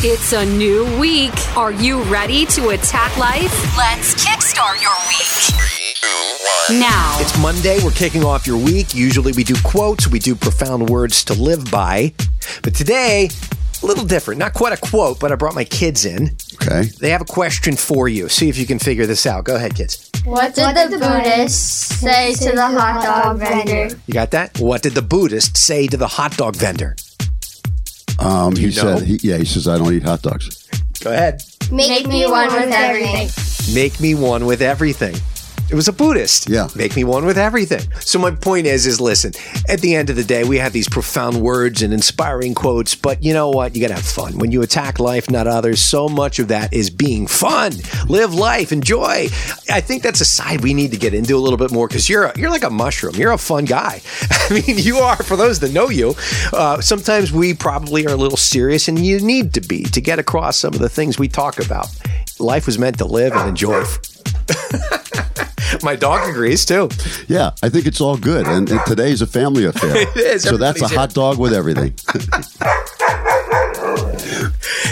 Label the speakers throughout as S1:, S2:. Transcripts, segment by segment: S1: It's a new week. Are you ready to attack life? Let's kickstart your week
S2: Three, two, one.
S1: now.
S3: It's Monday. We're kicking off your week. Usually we do quotes, we do profound words to live by. But today, a little different. Not quite a quote, but I brought my kids in.
S4: Okay.
S3: They have a question for you. See if you can figure this out. Go ahead, kids.
S5: What did the Buddhists say to the hot dog vendor?
S3: You got that? What did the Buddhist say to the hot dog vendor?
S4: Um, he
S3: you know?
S4: said, he, yeah, he says, I don't eat hot dogs.
S3: Go ahead.
S5: Make me one with everything.
S3: Make me one with everything. It was a Buddhist.
S4: Yeah.
S3: Make me one with everything. So my point is, is listen, at the end of the day, we have these profound words and inspiring quotes, but you know what? You gotta have fun. When you attack life, not others, so much of that is being fun. Live life, enjoy. I think that's a side we need to get into a little bit more because you're a, you're like a mushroom. You're a fun guy. I mean, you are. For those that know you, uh, sometimes we probably are a little serious, and you need to be to get across some of the things we talk about. Life was meant to live and enjoy. My dog agrees too.
S4: Yeah, I think it's all good. And, and today's a family affair. it
S3: is.
S4: So that's a
S3: Everybody's
S4: hot dog with everything.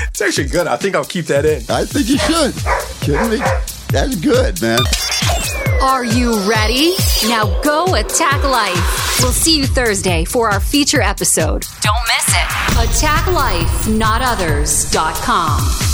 S3: It's actually good. I think I'll keep that in.
S4: I think you should. Kidding me? That's good, man.
S1: Are you ready? Now go attack life. We'll see you Thursday for our feature episode. Don't miss it. AttackLifeNotOthers.com.